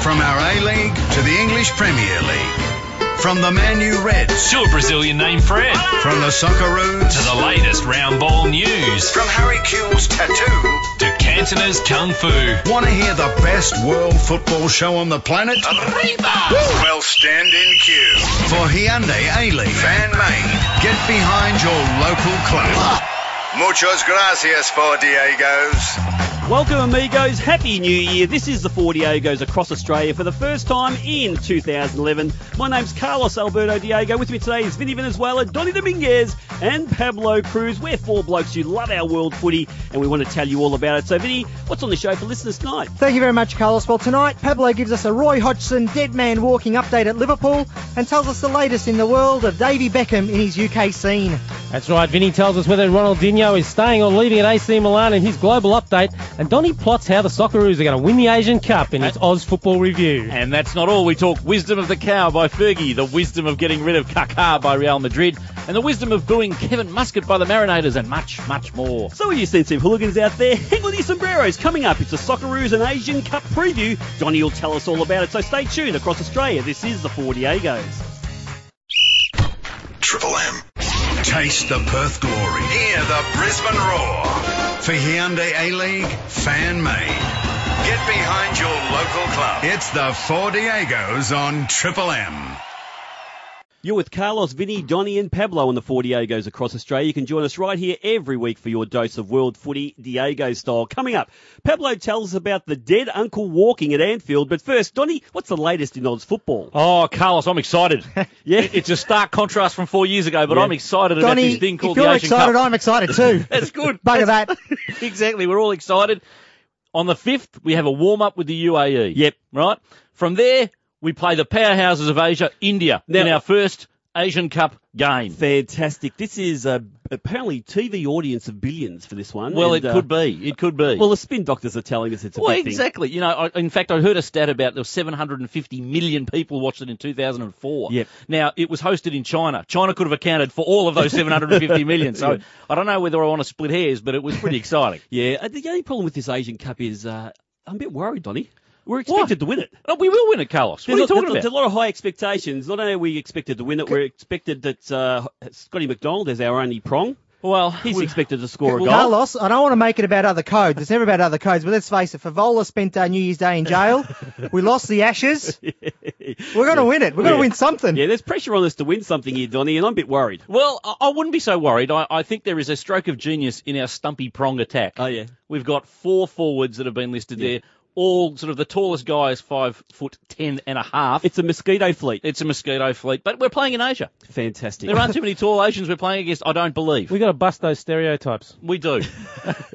From our A League to the English Premier League. From the Manu Reds. To a Brazilian named Fred. From the Socceroos. To the latest round ball news. From Harry Kewell's tattoo. To Cantona's Kung Fu. Want to hear the best world football show on the planet? Arriba! Well, stand in queue. For Hyundai A League. Fan made. Get behind your local club. Muchas gracias for Diego's. Welcome, amigos. Happy New Year. This is the Four Diegos across Australia for the first time in 2011. My name's Carlos Alberto Diego. With me today is Vinny Venezuela, Donny Dominguez, and Pablo Cruz. We're four blokes who love our world footy, and we want to tell you all about it. So, Vinny, what's on the show for listeners tonight? Thank you very much, Carlos. Well, tonight, Pablo gives us a Roy Hodgson dead man walking update at Liverpool and tells us the latest in the world of Davy Beckham in his UK scene. That's right. Vinny tells us whether Ronaldinho is staying or leaving at AC Milan in his global update, and Donny plots how the Socceroos are going to win the Asian Cup in his Oz Football Review. And that's not all. We talk Wisdom of the Cow by Fergie, the wisdom of getting rid of Kaká by Real Madrid, and the wisdom of booing Kevin Muscat by the Marinators, and much, much more. So, all you sensitive hooligans out there, hang on to your sombreros. Coming up, it's the Socceroos and Asian Cup preview. Donny will tell us all about it. So, stay tuned across Australia. This is the Four Diegos. Triple M. Taste the Perth glory. Hear the Brisbane roar. For Hyundai A League, fan made. Get behind your local club. It's the Four Diegos on Triple M. You're with Carlos, Vinny, Donny, and Pablo on the Four Diegos across Australia. You can join us right here every week for your dose of world footy, Diego style. Coming up, Pablo tells us about the dead uncle walking at Anfield. But first, Donny, what's the latest in Oz football? Oh, Carlos, I'm excited. Yeah. It- It's a stark contrast from four years ago, but Yeah. I'm excited about Donny, this thing if called you're the Asian excited, Cup. I'm excited too. That's good. Bugger That's- that. exactly. We're all excited. On the 5th, we have a warm up with the UAE. Yep. Right? From there, we play the powerhouses of Asia, India, in Now- our first Asian Cup game. Fantastic. This is uh, apparently TV audience of billions for this one. Well, and, it uh, could be. It could be. Well, the spin doctors are telling us it's a Well, big exactly. You know, I, in fact, I heard a stat about there were 750 million people watched it in 2004. Yep. Now, it was hosted in China. China could have accounted for all of those 750 million. So I don't know whether I want to split hairs, but it was pretty exciting. thing. Yeah. uh, The only problem with this Asian Cup is uh, I'm a bit worried, Donny. We're Why? expected to win it. Oh, we will win it, Carlos. What are you There's a- talking there's, about? a lot of high expectations. Not only are we expected to win it, we're expected that uh, Scotty McDonald is our only prong. Well, He's we- expected to score a goal. Carlos, I don't want to make it about other codes. It's never about other codes, but let's face it. Favola spent uh, New Year's Day in jail. we lost the Ashes. We're going to win it. We're going to Yeah. win something. Yeah, there's pressure on us to win something here, Donny, and I'm a bit worried. Well, I I wouldn't be so worried. I, I think there is a stroke of genius in our stumpy prong attack. Oh, yeah. We've got four forwards that have been listed Yeah. there. All sort of the tallest guy is five foot ten and a half. It's a mosquito fleet. It's a mosquito fleet, but we're playing in Asia. Fantastic. There aren't too many tall Asians we're playing against. I don't believe we got to bust those stereotypes. we do.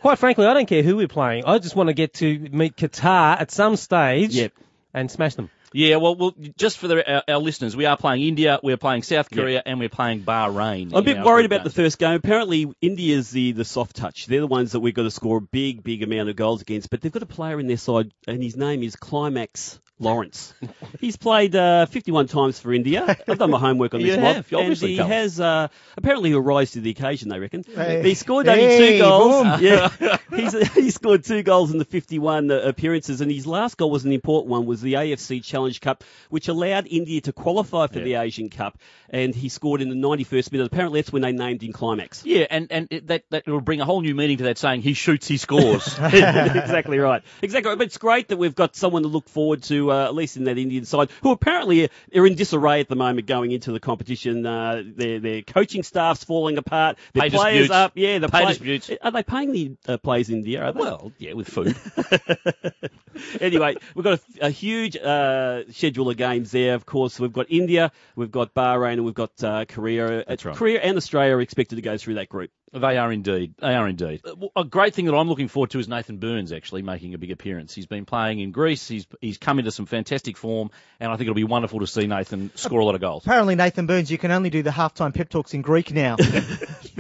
Quite frankly, I don't care who we're playing. I just want to get to meet Qatar at some stage Yep. and smash them. yeah, well, well, just for the, our, our listeners, we are playing India, we're playing South Korea, and we're playing Bahrain. I'm a in bit our worried group about the game. first game. Apparently, India's the, the soft touch. They're the ones that we've got to score a big, big amount of goals against. But they've got a player in their side, and his name is Climax Lawrence. He's played uh, 51 times for India. I've done my homework on this You mob. have, you obviously, and he Carl. has uh, apparently a rise to the occasion, they reckon. Hey. He scored only two Hey, goals. boom. Yeah, he's, he scored two goals in the 51 appearances, and his last goal was an important one. Was the AFC Challenge Cup, which allowed India to qualify for the Asian Cup, and he scored in the 91st minute. Apparently, that's when they named him Climax. Yeah, and, and it, that, that will bring a whole new meaning to that saying, he shoots, he scores. exactly right. Exactly right. But it's great that we've got someone to look forward to, uh, at least in that Indian side, who apparently are, are in disarray at the moment going into the competition. Uh, their, their coaching staff's falling apart. Their Pay players disputes. up. Yeah, the Pay play- disputes. Are they paying the uh, players in India? Are they? well, yeah, with food. anyway, we've got a, a huge uh, schedule of games there. Of course, we've got India, we've got Bahrain, and we've got uh, Korea. That's right. Korea and Australia are expected to go through that group. They are indeed. They are indeed. Uh, A great thing that I'm looking forward to is Nathan Burns actually making a big appearance. He's been playing in Greece. He's he's come into some fantastic form, and I think it'll be wonderful to see Nathan score a lot of goals. Apparently, Nathan Burns, you can only do the halftime pep talks in Greek now. He's no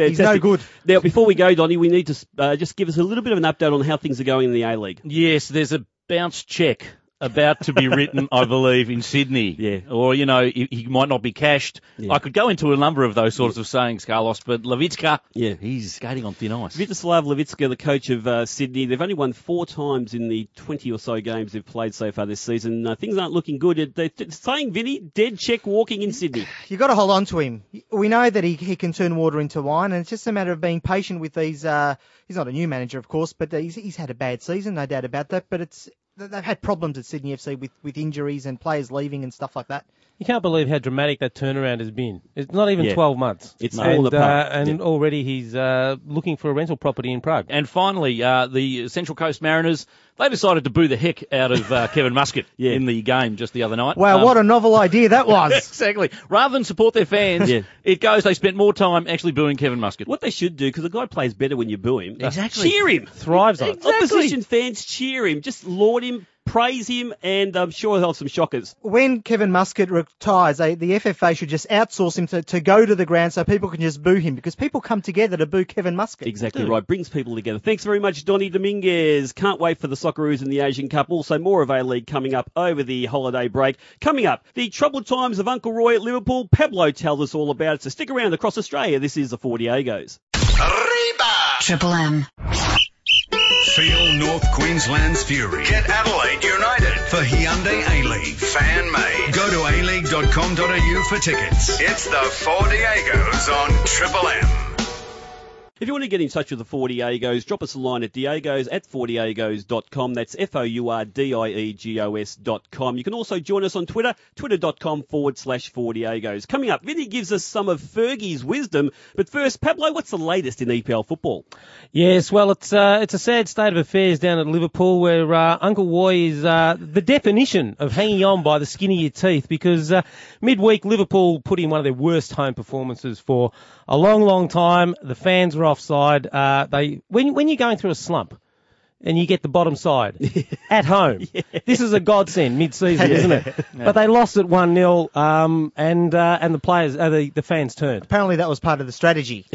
Fantastic. good. Now, before we go, Donny, we need to uh, just give us a little bit of an update on how things are going in the A League. Yes, there's a bounce check about to be written, I believe, in Sydney. Yeah. Or, you know, he, he might not be cashed. Yeah. I could go into a number of those sorts of sayings, Carlos, but Levitska, Yeah. he's skating on thin ice. Vitoslav Levitska, the coach of uh, Sydney, they've only won four times in the 20 or so games they've played so far this season. Uh, things aren't looking good. They're th- saying, Vinny, dead check walking in Sydney. You've got to hold on to him. We know that he, he can turn water into wine, and it's just a matter of being patient with these. Uh, he's not a new manager, of course, but he's, he's had a bad season, no doubt about that. But it's they've had problems at Sydney FC with, with injuries and players leaving and stuff like that. You can't believe how dramatic that turnaround has been. It's not even Yeah. 12 months. It's and, all apart. Uh, and already he's uh, looking for a rental property in Prague. And finally, uh, the Central Coast Mariners, they decided to boo the heck out of uh, Kevin Muscat Yeah. in the game just the other night. Wow, Um, what a novel idea that was! Exactly. Rather than support their fans, Yeah. it goes they spent more time actually booing Kevin Muscat. What they should do, because the guy plays better when you boo him, Uh, Exactly. cheer him. Thrives on it. Opposition fans cheer him. Just laud him, praise him, and I'm sure he'll have some shockers. when Kevin Muscat retires, they, the FFA should just outsource him to, to go to the ground so people can just boo him because people come together to boo Kevin Muscat. Exactly right. Brings people together. Thanks very much, Donny Dominguez. Can't wait for the Socceroos and the Asian Cup. Also, more of A-League coming up over the holiday break. Coming up, the troubled times of Uncle Roy at Liverpool. Pablo tells us all about it. So stick around across Australia. This is the 4 Diegos. Reba! Triple M. Feel North Queensland's fury. Get Adelaide United. For Hyundai A-League. Fan made. Go to aleague.com.au for tickets. It's the Four Diegos on Triple M. If you want to get in touch with the 4 Diegos, drop us a line at diegos at 4diegos.com. That's E F-O-U-R-D-I-E-G-O-S dot com. You can also join us on Twitter, twitter.com forward slash 4 Diegos. Coming up, Vinny gives us some of Fergie's wisdom. But first, Pablo, what's the latest in EPL football? Yes, well, it's uh, it's a sad state of affairs down at Liverpool where uh, Uncle Roy is uh, the definition of hanging on by the skin of your teeth because uh, midweek Liverpool put in one of their worst home performances for a long, long time. The fans were offside. Uh, they when when you're going through a slump and you get the bottom side at home, this is a godsend mid-season, isn't it? But they lost at one 0 um, and uh, and the players, uh, the the fans turned. Apparently, that was part of the strategy.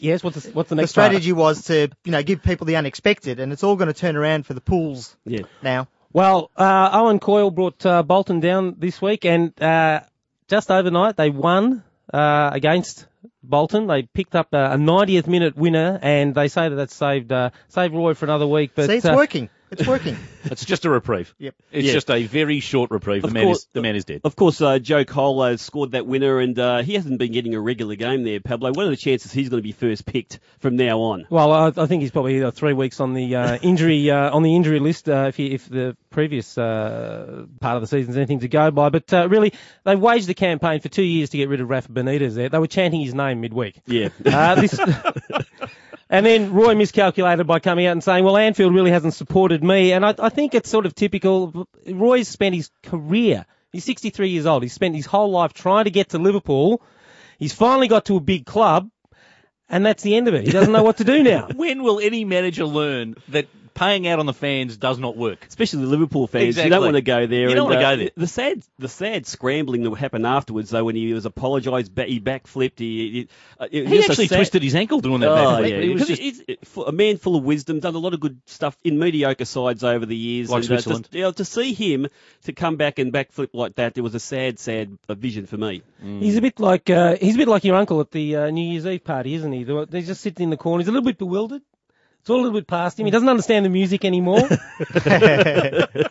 yes, what's the, what's the The next part? strategy was to, you know, give people the unexpected, and it's all going to turn around for the pools Yeah. now. Well, uh, Owen Coyle brought uh, Bolton down this week, and uh, just overnight they won uh, against Bolton. They picked up a, a 90th minute winner, and they say that that saved uh, saved Roy for another week. But See, it's uh, working. It's working. It's just a reprieve. Yep. It's Yeah. just a very short reprieve. Of the man course- is the man is dead. Of course, uh, Joe Cole uh, scored that winner, and uh, he hasn't been getting a regular game there, Pablo. What are the chances he's going to be first picked from now on? well, I, I think he's probably uh, three weeks on the uh, injury uh, on the injury list uh, if, he, if the previous uh, part of the season's anything to go by. But uh, really, they waged a campaign for two years to get rid of Rafa Benitez. There, they were chanting his name midweek. Yeah. Uh, this, and then Roy miscalculated by coming out and saying, "Well, Anfield really hasn't supported me," and I, I think it's sort of typical. Roy's spent his career. He's 63 years old. He's spent his whole life trying to get to Liverpool. He's finally got to a big club, and that's the end of it. He doesn't know what to do now. When will any manager learn that paying out on the fans does not work? Especially the Liverpool fans, you Exactly. don't want to go there. You don't and, wanna uh, go there. The sad, the sad scrambling that happened afterwards, though, when he was apologised, ba- he backflipped. He, he, uh, it was He just a actually sad- twisted his ankle doing that. Oh, back. yeah, It was because just- he's a man full of wisdom, done a lot of good stuff in mediocre sides over the years. Like uh, Switzerland. to, you know, to see him to come back and backflip like that, it was a sad, sad uh, vision for me. He's a bit like uh, he's a bit like your uncle at the uh, New Year's Eve party, isn't he? The- He's just sitting in the corner. He's a little bit bewildered. It's all a little bit past him. He doesn't understand the music anymore.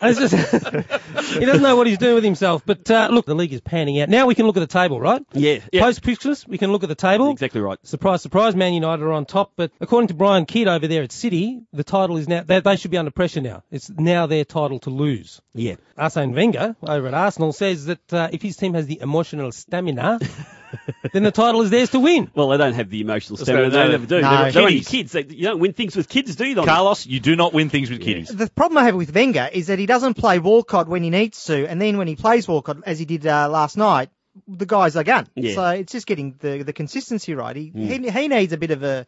And it's just- he doesn't know what he's doing with himself. But uh, look, the league is panning out. Now we can look at the table, right? Yeah, yeah. Post Christmas, we can look at the table. Exactly right. Surprise, surprise, Man United are on top. But according to Brian Kidd over there at City, the title is now, they, they should be under pressure now. It's now their title to lose. Yeah. Arsene Wenger over at Arsenal says that uh, if his team has the emotional stamina, then the title is theirs to win. Well, they don't have the emotional stamina. no, They no, never do. no. They're- They're only Kiddies. kids. They, you don't win things with kids, do you? Don? Carlos, you do not win things with kiddies. the problem I have with Wenger is that he doesn't play Walcott when he needs to, and then when he plays Walcott, as he did uh, last night, the guys are gun. Yeah. So it's just getting the, the consistency right. He, Mm. he he needs a bit of a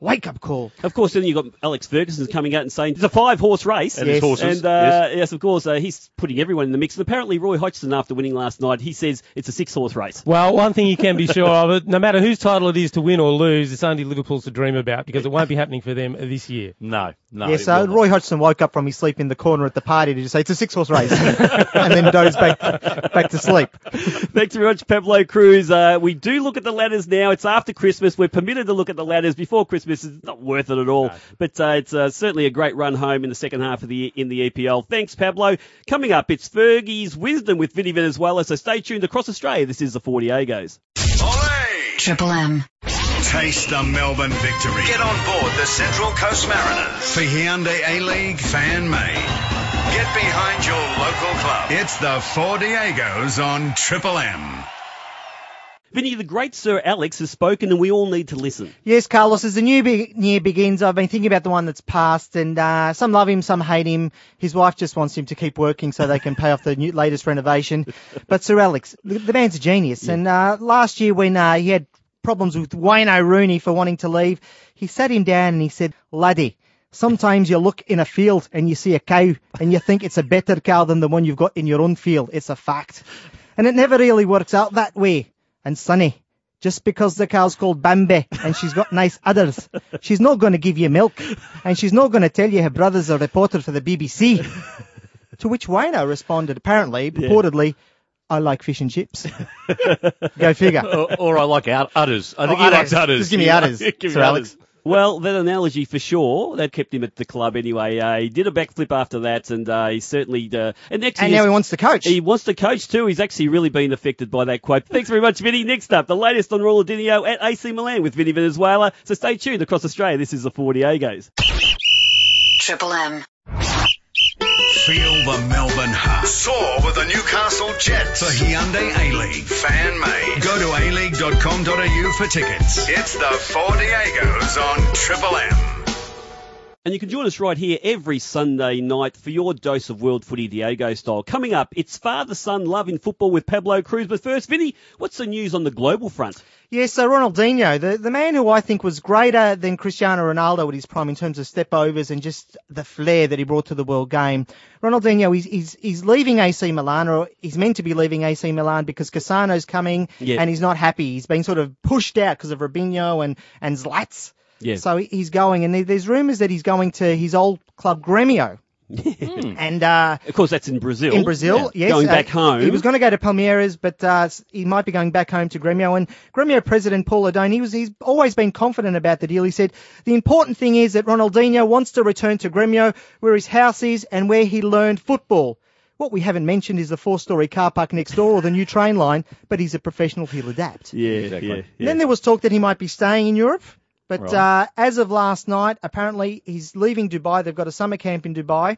wake up call. Of course, then you've got Alex Ferguson coming out and saying it's a five horse race. And his Yes. horses. And uh, yes. of course, uh, he's putting everyone in the mix. And apparently, Roy Hodgson, after winning last night, he says it's a six horse race. Well, one thing you can be sure of, no matter whose title it is to win or lose, it's only Liverpool's to dream about because it won't be happening for them this year. no, no. yeah, it so will not. Roy Hodgson woke up from his sleep in the corner at the party to just say it's a six horse race, and then dozed back back to sleep. Thanks very much, Pablo Cruz. Uh, we do look at the ladders now. It's after Christmas. We're permitted to look at the ladders before Christmas. It's not worth it at all. But uh, it's uh, certainly a great run home in the second half of the in the EPL. Thanks, Pablo. Coming up, it's Fergie's wisdom with Vinny Venezuela. So stay tuned across Australia. This is the 40 Agos. Olé! Triple M. Taste the Melbourne victory. Get on board the Central Coast Mariners. For Hyundai A-League fan made. Get behind your local club. It's the Four Diegos on Triple M. Vinny, the great Sir Alex has spoken, and we all need to listen. Yes, Carlos, as the new be- year begins, I've been thinking about the one that's passed, and uh, some love him, some hate him. His wife just wants him to keep working so they can pay off the new, latest renovation. But Sir Alex, the, the man's a genius, and uh, last year when uh, he had problems with Wayne O'Rooney for wanting to leave, he sat him down and he said, "Laddie." Sometimes you look in a field and you see a cow and you think it's a better cow than the one you've got in your own field. It's a fact. And it never really works out that way. And Sonny, just because the cow's called Bambi and she's got nice udders, she's not going to give you milk. And she's not going to tell you her brother's a reporter for the BBC. to which Wayno responded, apparently, purportedly, I like fish and chips. Go figure. or, or I like out udders. I think he Oh, udders. likes udders. Just give me He udders, likes- give me Sir Alex. udders. Well, that analogy for sure. That kept him at the club anyway. Uh, he did a backflip after that, and uh, he certainly. Uh, and next And he now is- he wants to coach. He wants to coach too. He's actually really been affected by that quote. Thanks very much, Vinny. Next up, the latest on Ronaldinho at AC Milan with Vinny Venezuela. So stay tuned across Australia. This is the 40 Agos. Triple M. Feel the Melbourne heart. Soar with the Newcastle Jets. The Hyundai A-League. Fan made. Go to aleague.com.au for tickets. It's the Four Diegos on Triple M. And you can join us right here every Sunday night for your dose of world footy Diego style. Coming up, it's father-son love in football with Pablo Cruz. But first, Vinny, what's the news on the global front? Yes, so Ronaldinho, the, the man who I think was greater than Cristiano Ronaldo at his prime in terms of step overs and just the flair that he brought to the world game. Ronaldinho, he's, he's, he's leaving AC Milan, or he's meant to be leaving AC Milan because Cassano's coming Yeah. and he's not happy. He's been sort of pushed out because of Robinho and, and Zlats. Yeah. So he- he's going, and there- there's rumours that he's going to his old club Gremio. and uh, Of course, that's in Brazil. in Brazil, yes. Going uh, back home. He was going to go to Palmeiras, but uh, s- he might be going back home to Gremio. And Gremio president Paul O'Donnell, he was, he's always been confident about the deal. He said, the important thing is that Ronaldinho wants to return to Gremio, where his house is and where he learned football. What we haven't mentioned is the four-story car park next door or the new train line, but he's a professional, he'll adapt. yeah, Exactly. yeah, yeah. And Then there was talk that he might be staying in Europe, but uh, as of last night, apparently he's leaving Dubai. They've got a summer camp in Dubai.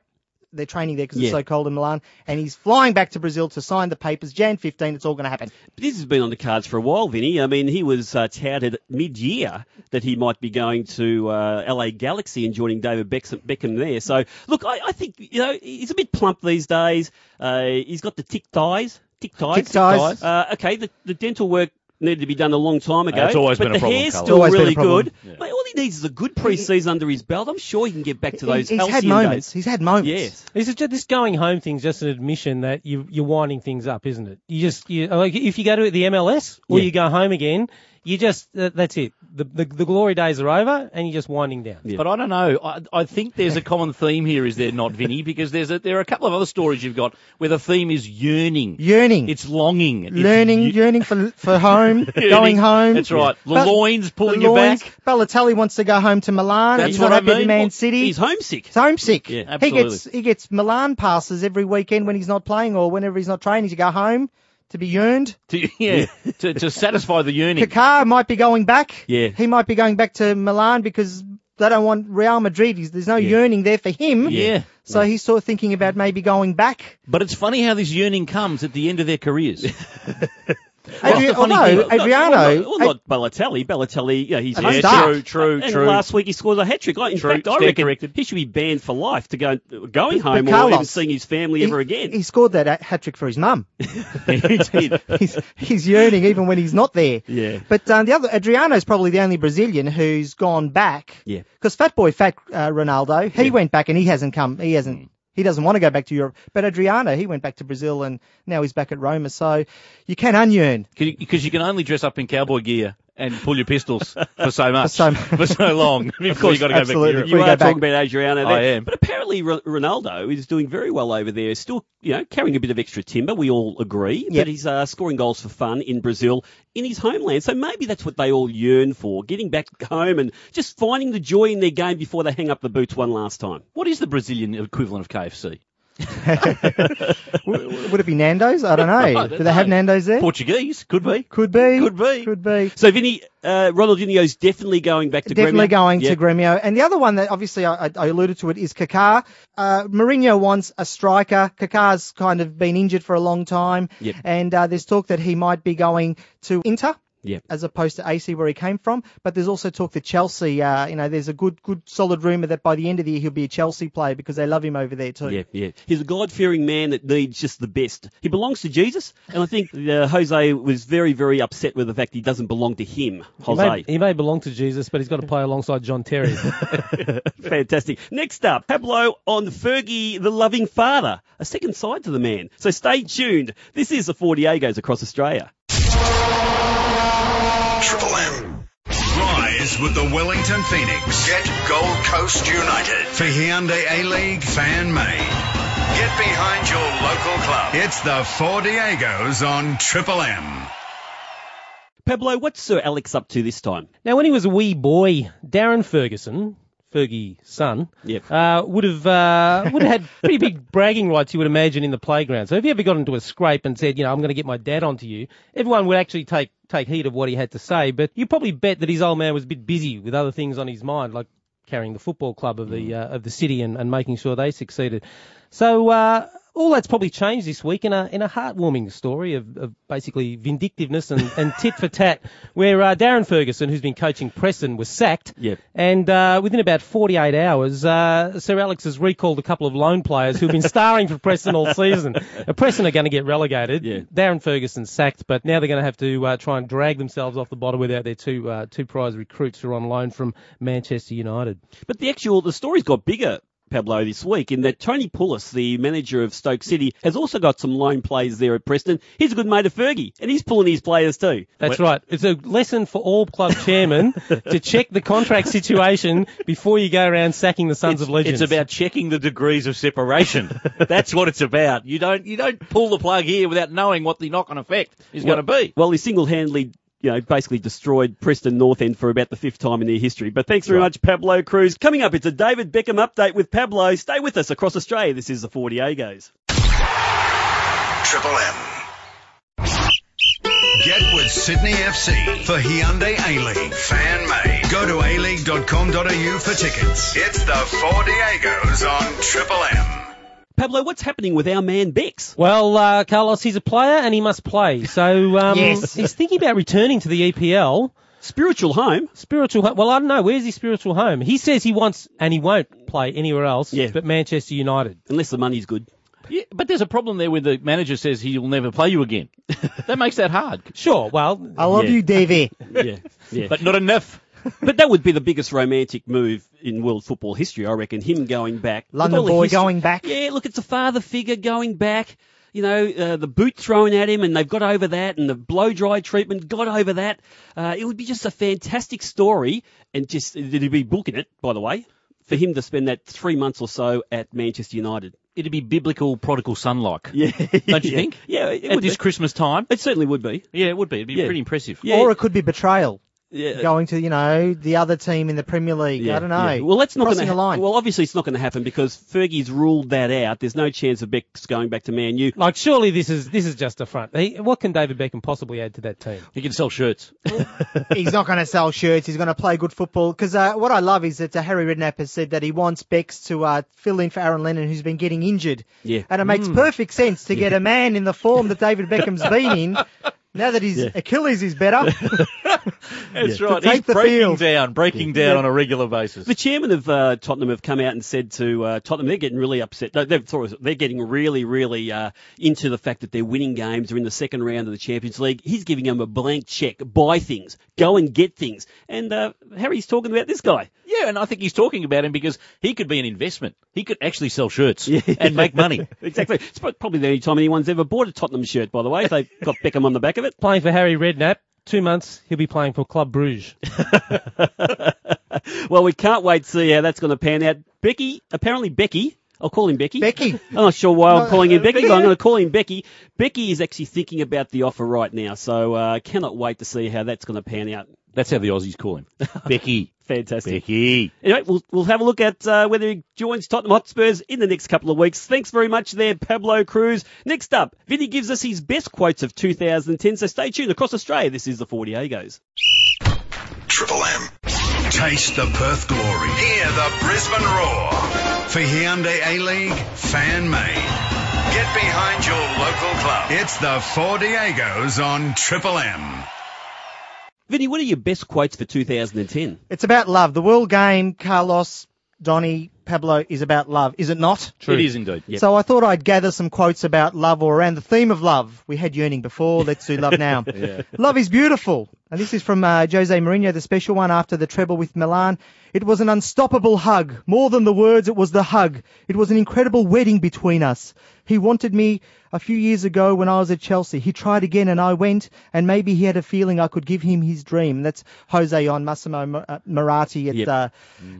They're training there because Yeah. it's so cold in Milan, and he's flying back to Brazil to sign the papers. Jan 15, it's all going to happen. This has been on the cards for a while, Vinny. I mean, he was uh, touted mid-year that he might be going to uh, LA Galaxy and joining David Beckham, Beckham there. So, look, I, I think you know he's a bit plump these days. Uh, he's got the tick ties, tick ties, Tick ties. Uh, okay, the, the dental work needed to be done a long time ago. That's Uh, always but been a the problem, hair's Carl. still Always been a really problem. good. Mate, all he needs is a good preseason under his belt. I'm sure he can get back to those He- he's had halcyon moments. days. He's had moments. Yes. This is just, this going home thing's just an admission that you you're winding things up, isn't it? You just you like if you go to the MLS or Yeah. you go home again, you just that, that's it. The, the the glory days are over and you're just winding down. Yeah. But I don't know. I, I think there's a common theme here, is there not, Vinny? Because there's a, there are a couple of other stories you've got where the theme is yearning. Yearning. It's longing. It's Learning, ye- yearning for for home, yearning. going home. That's right. The But- loins pulling the you loins. back. Balotelli wants to go home to Milan. That's he's what not I happy mean. in Man Well, City. He's homesick. He's homesick. Yeah, he absolutely. gets he gets Milan passes every weekend when he's not playing or whenever he's not training to go home to be yearned. To, yeah, to, to satisfy the yearning. Kaká might be going back. Yeah. he might be going back to Milan because they don't want Real Madrid. He's, there's no yearning there for him. Yeah. So he's sort of thinking about maybe going back. But it's funny how this yearning comes at the end of their careers. Adri- That's the funny although, thing. Adriano, Well, not, well, not Balotelli. Balotelli, yeah, he's And yeah, stuck. true, true, And true. last week he scores a hat trick. In True, fact, I stand reckon corrected. he should be banned for life to go going But- but home or even Carlos- seeing his family he- ever again. He scored that hat trick for his mum. he did. he's, he's yearning even when he's not there. Yeah. But um, the other Adriano's probably the only Brazilian who's gone back. Yeah. Because Fat Boy Fat uh, Ronaldo, he went back and he hasn't come. He hasn't. He doesn't want to go back to Europe. But Adriano, he went back to Brazil and now he's back at Roma. So you can unyarn. Because you can only dress up in cowboy gear and pull your pistols for so much, so- for so long before you got to go back to absolutely. Europe. You We are go back- talking about Adriano there. I am. But apparently Ro- Ronaldo is doing very well over there. Still, you know, carrying a bit of extra timber, we all agree. Yep. But he's uh, scoring goals for fun in Brazil, in his homeland. So maybe that's what they all yearn for, getting back home and just finding the joy in their game before they hang up the boots one last time. What is the Brazilian equivalent of KFC? W- Would it be Nando's? I don't know. Do they have Nando's there? Portuguese could be. Could be. Could be. Could be. So, Vinny, uh, Ronaldinho's definitely going back to Definitely Gremio. going Yeah. to Gremio. And the other one that obviously I, I- I alluded to it is Kaká. Uh, Mourinho wants a striker. Kaká's kind of been injured for a long time. Yep. And uh, there's talk that he might be going to Inter. Yep. As opposed to AC where he came from, but there's also talk that Chelsea. Uh, you know, there's a good, good, solid rumor that by the end of the year he'll be a Chelsea player because they love him over there too. Yeah, yeah. He's a God-fearing man that needs just the best. He belongs to Jesus, and I think uh, Jose was very, very upset with the fact he doesn't belong to him. He may, Jose, he may belong to Jesus, but he's got to play alongside John Terry. fantastic. Next up, Pablo on Fergie, the loving father, a second side to the man. So stay tuned. This is the 40 across Australia. Triple M. Rise with the Wellington Phoenix. Get Gold Coast United. For Hyundai A-League fan made. Get behind your local club. It's the Four Diegos on Triple M. Pablo, what's Sir Alex up to this time? Now, when he was a wee boy, Darren Ferguson, Fergie's son, Yep. uh, would have uh, would have had pretty big bragging rights, you would imagine, in the playground. So if he ever got into a scrape and said, you know, I'm going to get my dad onto you, everyone would actually take take heed of what he had to say. But you probably bet that his old man was a bit busy with other things on his mind, like carrying the football club of the uh, of the city and, and making sure they succeeded. So. Uh, all that's probably changed this week in a in a heartwarming story of, of basically vindictiveness and, and tit for tat, where uh, Darren Ferguson, who's been coaching Preston, was sacked. Yep. And uh, within about 48 hours, uh, Sir Alex has recalled a couple of loan players who've been starring for Preston all season. Uh, Preston are going to get relegated. Yeah. Darren Ferguson sacked, but now they're going to have to uh, try and drag themselves off the bottom without their two uh, two prize recruits who are on loan from Manchester United. But the actual the story's got bigger, Pablo, this week in that Tony Pulis, the manager of Stoke City, has also got some loan players there at Preston. He's a good mate of Fergie, and he's pulling his players too. That's right. It's a lesson for all club chairmen to check the contract situation before you go around sacking the sons of legends. It's about checking the degrees of separation. That's what it's about. You don't you don't pull the plug here without knowing what the knock on effect is going to be. Well, he single-handedly, you know, basically destroyed Preston North End for about the fifth time in their history. But thanks very much, Pablo Cruz. Coming up, it's a David Beckham update with Pablo. Stay with us across Australia. This is the 40 Agos. Triple M. Get with Sydney FC for Hyundai A-League. Fan made. Go to aleague.com.au for tickets. It's the Four Diegos on Triple M. Pablo, what's happening with our man Bex? Well, uh, Carlos, he's a player and he must play. So um, Yes. he's thinking about returning to the E EPL. Spiritual home. Spiritual home. Well, I don't know. Where's his spiritual home? He says he wants and he won't play anywhere else Yeah. but Manchester United. Unless the money's good. Yeah, but there's a problem there where the manager says he will never play you again. that makes that hard. Sure. Well, I love Yeah. you, Davey. Yeah, yeah. But not enough. But that would be the biggest romantic move in world football history, I reckon. Him going back. With London all the boy history- going back. Yeah, look, it's a father figure going back. You know, uh, the boot thrown at him, and they've got over that, and the blow dry treatment got over that. Uh, it would be just a fantastic story, and just it'd be booking it, by the way, for him to spend that three months or so at Manchester United. It'd be biblical prodigal son like. Yeah, Don't you think? Yeah, it, At would be. this Christmas time. it certainly would be. Yeah, it would be. It'd be Yeah. pretty impressive. Yeah. Or it could be betrayal. Yeah. Going to, you know, the other team in the Premier League. I don't know. yeah. Well, that's not going Crossing to a line. Well, obviously it's not going to happen because Fergie's ruled that out. There's no chance of Beck's going back to Man U. like surely this is this is just a front. He, what can David Beckham possibly add to that team? He can sell shirts. he's not going to sell shirts. He's going to play good football. Because uh, what I love is that uh, Harry Redknapp has said that he wants Bex to uh, fill in for Aaron Lennon, who's been getting injured. Yeah. And it makes perfect sense to get a man in the form that David Beckham's been in Now that his Achilles is better, That's To right. take He's the breaking field. down, breaking down on a regular basis. The chairman of uh, Tottenham have come out and said to uh, Tottenham, they're getting really upset. They- They're, sort of- they're getting really, really uh, into the fact that they're winning games. They're in the second round of the Champions League. He's giving them a blank check. Buy things. Go and get things. And uh, Harry's talking about this guy. Yeah, and I think he's talking about him because he could be an investment. He could actually sell shirts and make money. Exactly. It's pro- probably the only time anyone's ever bought a Tottenham shirt, by the way. They've got Beckham on the back of it. Playing for Harry Redknapp. Two months, he'll be playing for Club Bruges. Well, we can't wait to see how that's going to pan out. Becky, apparently Becky, I'll call him Becky. Becky. I'm not sure why I'm No, calling him uh, Becky, Becky. but I'm going to call him Becky. Becky is actually thinking about the offer right now, so uh, cannot wait to see how that's going to pan out. That's how the Aussies call him. Becky. Fantastic. Becky. Anyway, we'll, we'll have a look at uh, whether he joins Tottenham Hotspurs in the next couple of weeks. Thanks very much there, Pablo Cruz. Next up, Vinny gives us his best quotes of 2010, so stay tuned. Across Australia, this is the 40 Agos. Triple M. Taste the Perth glory. Hear the Brisbane roar. For Hyundai A-League, fan made. Get behind your local club. It's the Four Diegos on Triple M. Vinny, what are your best quotes for 2010? it's about love. The world game, Carlos, Donny, Pablo is about love, is it not? It is indeed. Yeah. So I thought I'd gather some quotes about love or around the theme of love. We had yearning before. Let's do love now. Love is beautiful. And this is from uh, Jose Mourinho, the special one after the treble with Milan. It was an unstoppable hug. More than the words, it was the hug. It was an incredible wedding between us. He wanted me a few years ago when I was at Chelsea. He tried again and I went and maybe he had a feeling I could give him his dream. That's Jose on Massimo Mo- uh, Moratti at, Yep. uh,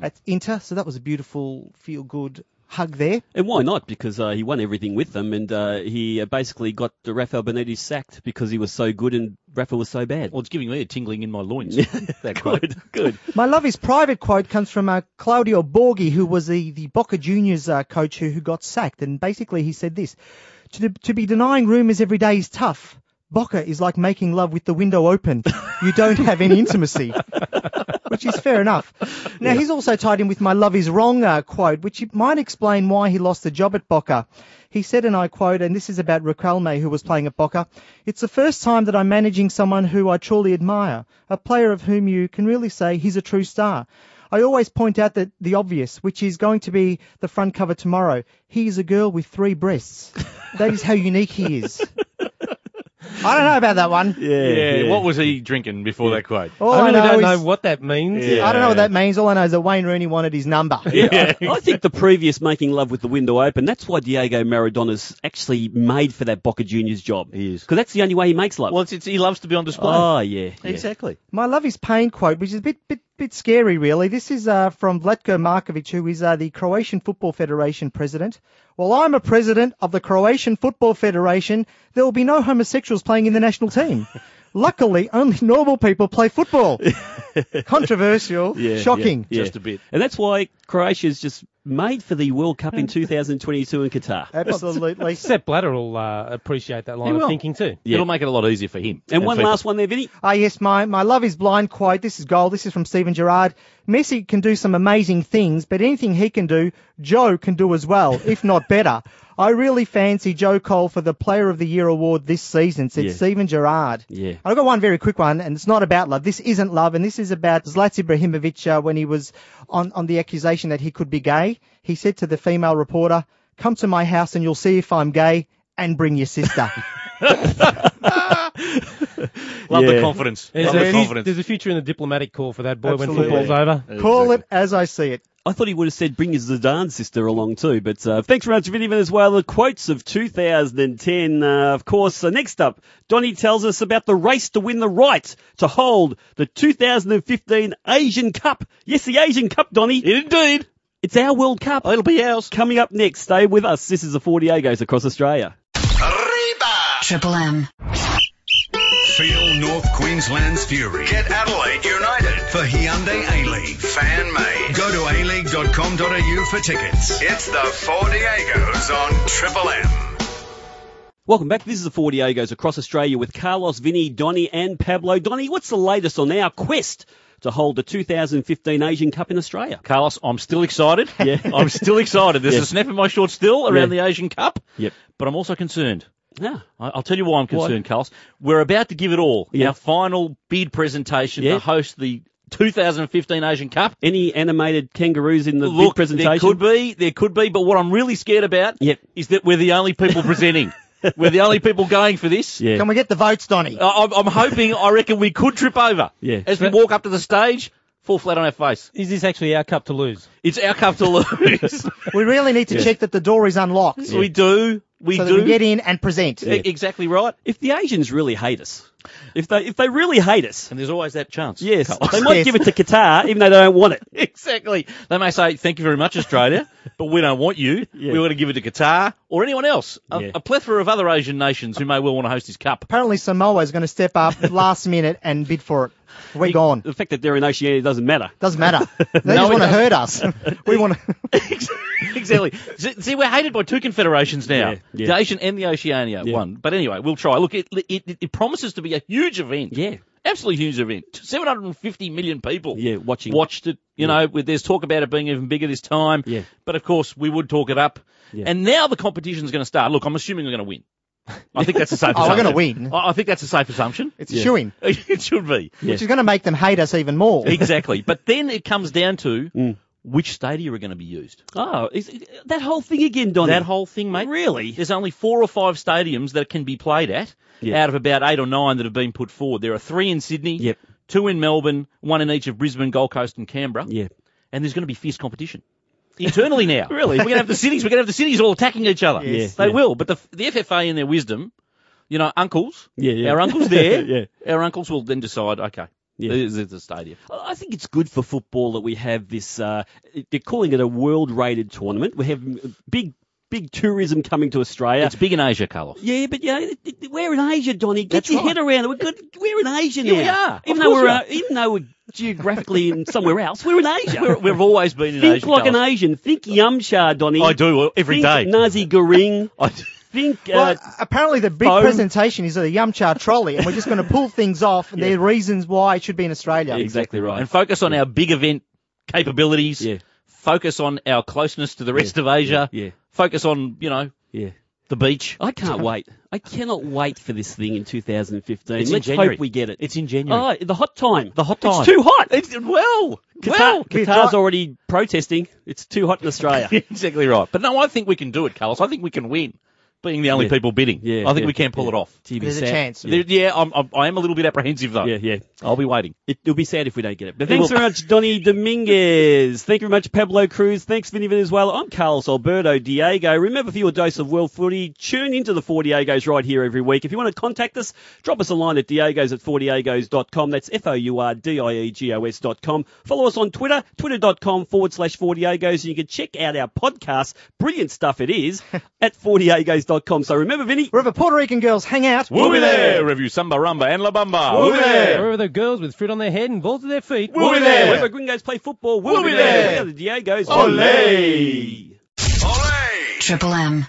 at Inter. So that was a beautiful feel good hug there. And why not? Because uh, he won everything with them, and uh, he uh, basically got the Rafael Benitez sacked because he was so good and Rafa was so bad. Well, it's giving me a tingling in my loins. that quote. good, good. My love is private quote comes from uh, Claudio Borghi, who was the, the Boca Juniors uh, coach who, who got sacked. And basically, he said this to, to be denying rumours every day is tough. Boca is like making love with the window open. You don't have any intimacy, which is fair enough. Now, he's also tied in with my love is wrong uh, quote, which might explain why he lost the job at Boca. He said, and I quote, and this is about Raquelme, who was playing at Boca, it's the first time that I'm managing someone who I truly admire, a player of whom you can really say he's a true star. I always point out that the obvious, which is going to be the front cover tomorrow. He is a girl with three breasts. That is how unique he is. I don't know about that one. Yeah, What was he drinking before that quote? All I I, really know don't is, know what that means. I don't know what that means. All I know is that Wayne Rooney wanted his number. Yeah, I, I think the previous making love with the window open, that's why Diego Maradona's actually made for that Boca Juniors job. He is. Because that's the only way he makes love. Well, it's, it's, he loves to be on display. oh, yeah. yeah. exactly. My love is pain quote, which is a bit bit bit scary, really. This is uh, from Vlatko Markovic, who is uh, the Croatian Football Federation president. Well, I'm a president of the Croatian Football Federation. There will be no homosexuals playing in the national team. Luckily, only normal people play football. Controversial, shocking. Yeah. Just a bit. And that's why Croatia's just made for the World Cup in 2022 in Qatar. Absolutely. Sepp Blatter will uh, appreciate that line He of will. thinking too. Yeah. It'll make it a lot easier for him. And one for- last one there, Vinny. Ah, yes, my, my love is blind quote. This is gold. This is from Stephen Gerrard. Messi can do some amazing things, but anything he can do, Joe can do as well, if not better. I really fancy Joe Cole for the Player of the Year award this season, said Yeah. Stephen Gerrard. Yeah. I've got one very quick one, and it's not about love. This isn't love, and this is about Zlatan Ibrahimovic uh, when he was on, on the accusation that he could be gay. He said to the female reporter, Come to my house and you'll see if I'm gay, and bring your sister. Love Yeah. the confidence. There's, Love a, the fut- confidence. there's a future in the diplomatic corps for that boy Absolutely. when football's over. Call it as I see it. I thought he would have said bring his Zidane sister along too, but uh, thanks very much, Vinny Venezuela. Quotes of 2010, uh, of course. Uh, next up, Donny tells us about the race to win the right to hold the 2015 Asian Cup. Yes, the Asian Cup, Donny. Indeed. It's our World Cup. It'll be ours. Coming up next, stay with us. This is the 40 Agos across Australia. Reba! Triple M. Feel North Queensland's fury. Get Adelaide United for Hyundai A-League. Fan made. Go to aleague.com.au for tickets. It's the Four Diegos on Triple M. Welcome back. This is the 40 Agos across Australia with Carlos, Vinny, Donny, and Pablo. Donny, what's the latest on our quest to hold the 2015 Asian Cup in Australia? Carlos, I'm still excited. Yeah. I'm still excited. There's Yeah. a snap in my shorts still around Yeah. the Asian Cup. Yep. But I'm also concerned. Yeah. I- I'll tell you why I'm concerned, Carlos. We're about to give it all. Yeah. Our final bid presentation Yeah. to host the 2015 Asian Cup. Any animated kangaroos in the big Look, presentation? there could be, there could be, but what I'm really scared about Yep. is that we're the only people presenting. we're the only people going for this. Yeah. Can we get the votes, Oh, Donny? I- I'm, I'm hoping, I reckon we could trip over. Yeah. As we walk up to the stage, fall flat on our face. Is this actually our cup to lose? It's our cup to lose. We really need to check that the door is unlocked so We do, we that do. we get in and present. E- Exactly right. If the Asians really hate us, if they if they really hate us, And there's always that chance. yes, Carlos. they might Yes. give it to Qatar even though they don't want it. Exactly. They may say, thank you very much, Australia, but we don't want you. We want to give it to Qatar or anyone else. A, Yeah. a plethora of other Asian nations who may well want to host this cup. Apparently Samoa is going to step up last minute and bid for it. We're gone. The fact that they're in Oceania doesn't matter. Doesn't matter. They No, it just want to doesn't. hurt us. We want to. exactly. See, see, we're hated by two confederations now Yeah, yeah. the Asian and the Oceania one. But anyway, we'll try. Look, it, it, it- it promises to be a huge event. Yeah. Absolutely huge event. 750 million people Yeah, watching. watched it. You know, with, there's talk about it being even bigger this time. Yeah. But of course, we would talk it up. Yeah. And now the competition's going to start. Look, I'm assuming we're going to win. I think that's a safe Oh, we're assumption. gonna win. I I think that's a safe assumption. It's a shoo-in, it should be. which is going to make them hate us even more. Exactly. But then it comes down to Mm. which stadia are going to be used. Oh, is, that whole thing again, Donny. That whole thing, mate. Really? There's only four or five stadiums that it can be played at Yeah. out of about eight or nine that have been put forward. There are three in Sydney, Yep. two in Melbourne, one in each of Brisbane, Gold Coast, and Canberra. Yeah. And there's going to be fierce competition. Internally now. Really? We're going to have the cities. We're going to have the cities all attacking each other. Yes. They Yeah. will. But the, the FFA, in their wisdom, you know, uncles, Yeah, yeah. our uncles there, Yeah. our uncles will then decide, okay, Yeah. this is the stadium. I think it's good for football that we have this. Uh, they're calling it a world-rated tournament. We have big, big tourism coming to Australia. It's big in Asia, Carlos. yeah, but yeah, it- it- we're in Asia, Donny. Get your head around it. We're good. We're in Asia now. we are. Even Of though course we're we uh, are. even though we're geographically in somewhere else, we're in Asia. We're, we've always been in think Asia. like an Carlos. Asian. Think Yumcha, Donny. I do, every Think day. Nazi Goring. I do. think. Well, Uh, apparently the big foam. presentation is a Yamcha trolley, and we're just going to pull things off, and there are reasons why it should be in Australia. exactly right. and focus on our big event capabilities. Yeah. Focus on our closeness to the rest of Asia. yeah. Focus on, you know, Yeah. the beach. I can't wait. I cannot wait for this thing in 2015. It's in Let's January. hope we get it. It's in January. Oh, the hot time. The hot time. It's too hot. It's, well, Qatar, well. Qatar's got- already protesting. It's too hot in Australia. exactly right. But no, I think we can do it, Carlos. I think we can win, being the only Yeah. people bidding. Yeah, I think yeah, we can pull yeah. it off. There's a sad. chance. There- Yeah, I'm, I'm, I am a little bit apprehensive though. Yeah, yeah. I'll be waiting. It, it'll be sad if we don't get it. But It thanks will. very much, Donny Dominguez. Thank you very much, Pablo Cruz. Thanks, Vinny Venezuela. I'm Carlos Alberto Diego. Remember, for your dose of world footy, tune into the 40 Agos right here every week. If you want to contact us, drop us a line at diegos at 40agos.com. That's E F-O-U-R-D-I-E-G-O-S dot com. Follow us on Twitter, twitter.com forward slash 40agos. And you can check out our podcast, brilliant stuff it is, at 40agos.com. So remember, Vinny, Wherever Puerto Rican girls hang out, We'll be there. Review Samba Rumba and La Bamba. We'll be there. Wherever the girls with fruit on their head and balls at their feet. We'll be there. wherever Gringos play football, we'll, We'll be, be there. there. We are the Diegos. Ole. Triple M.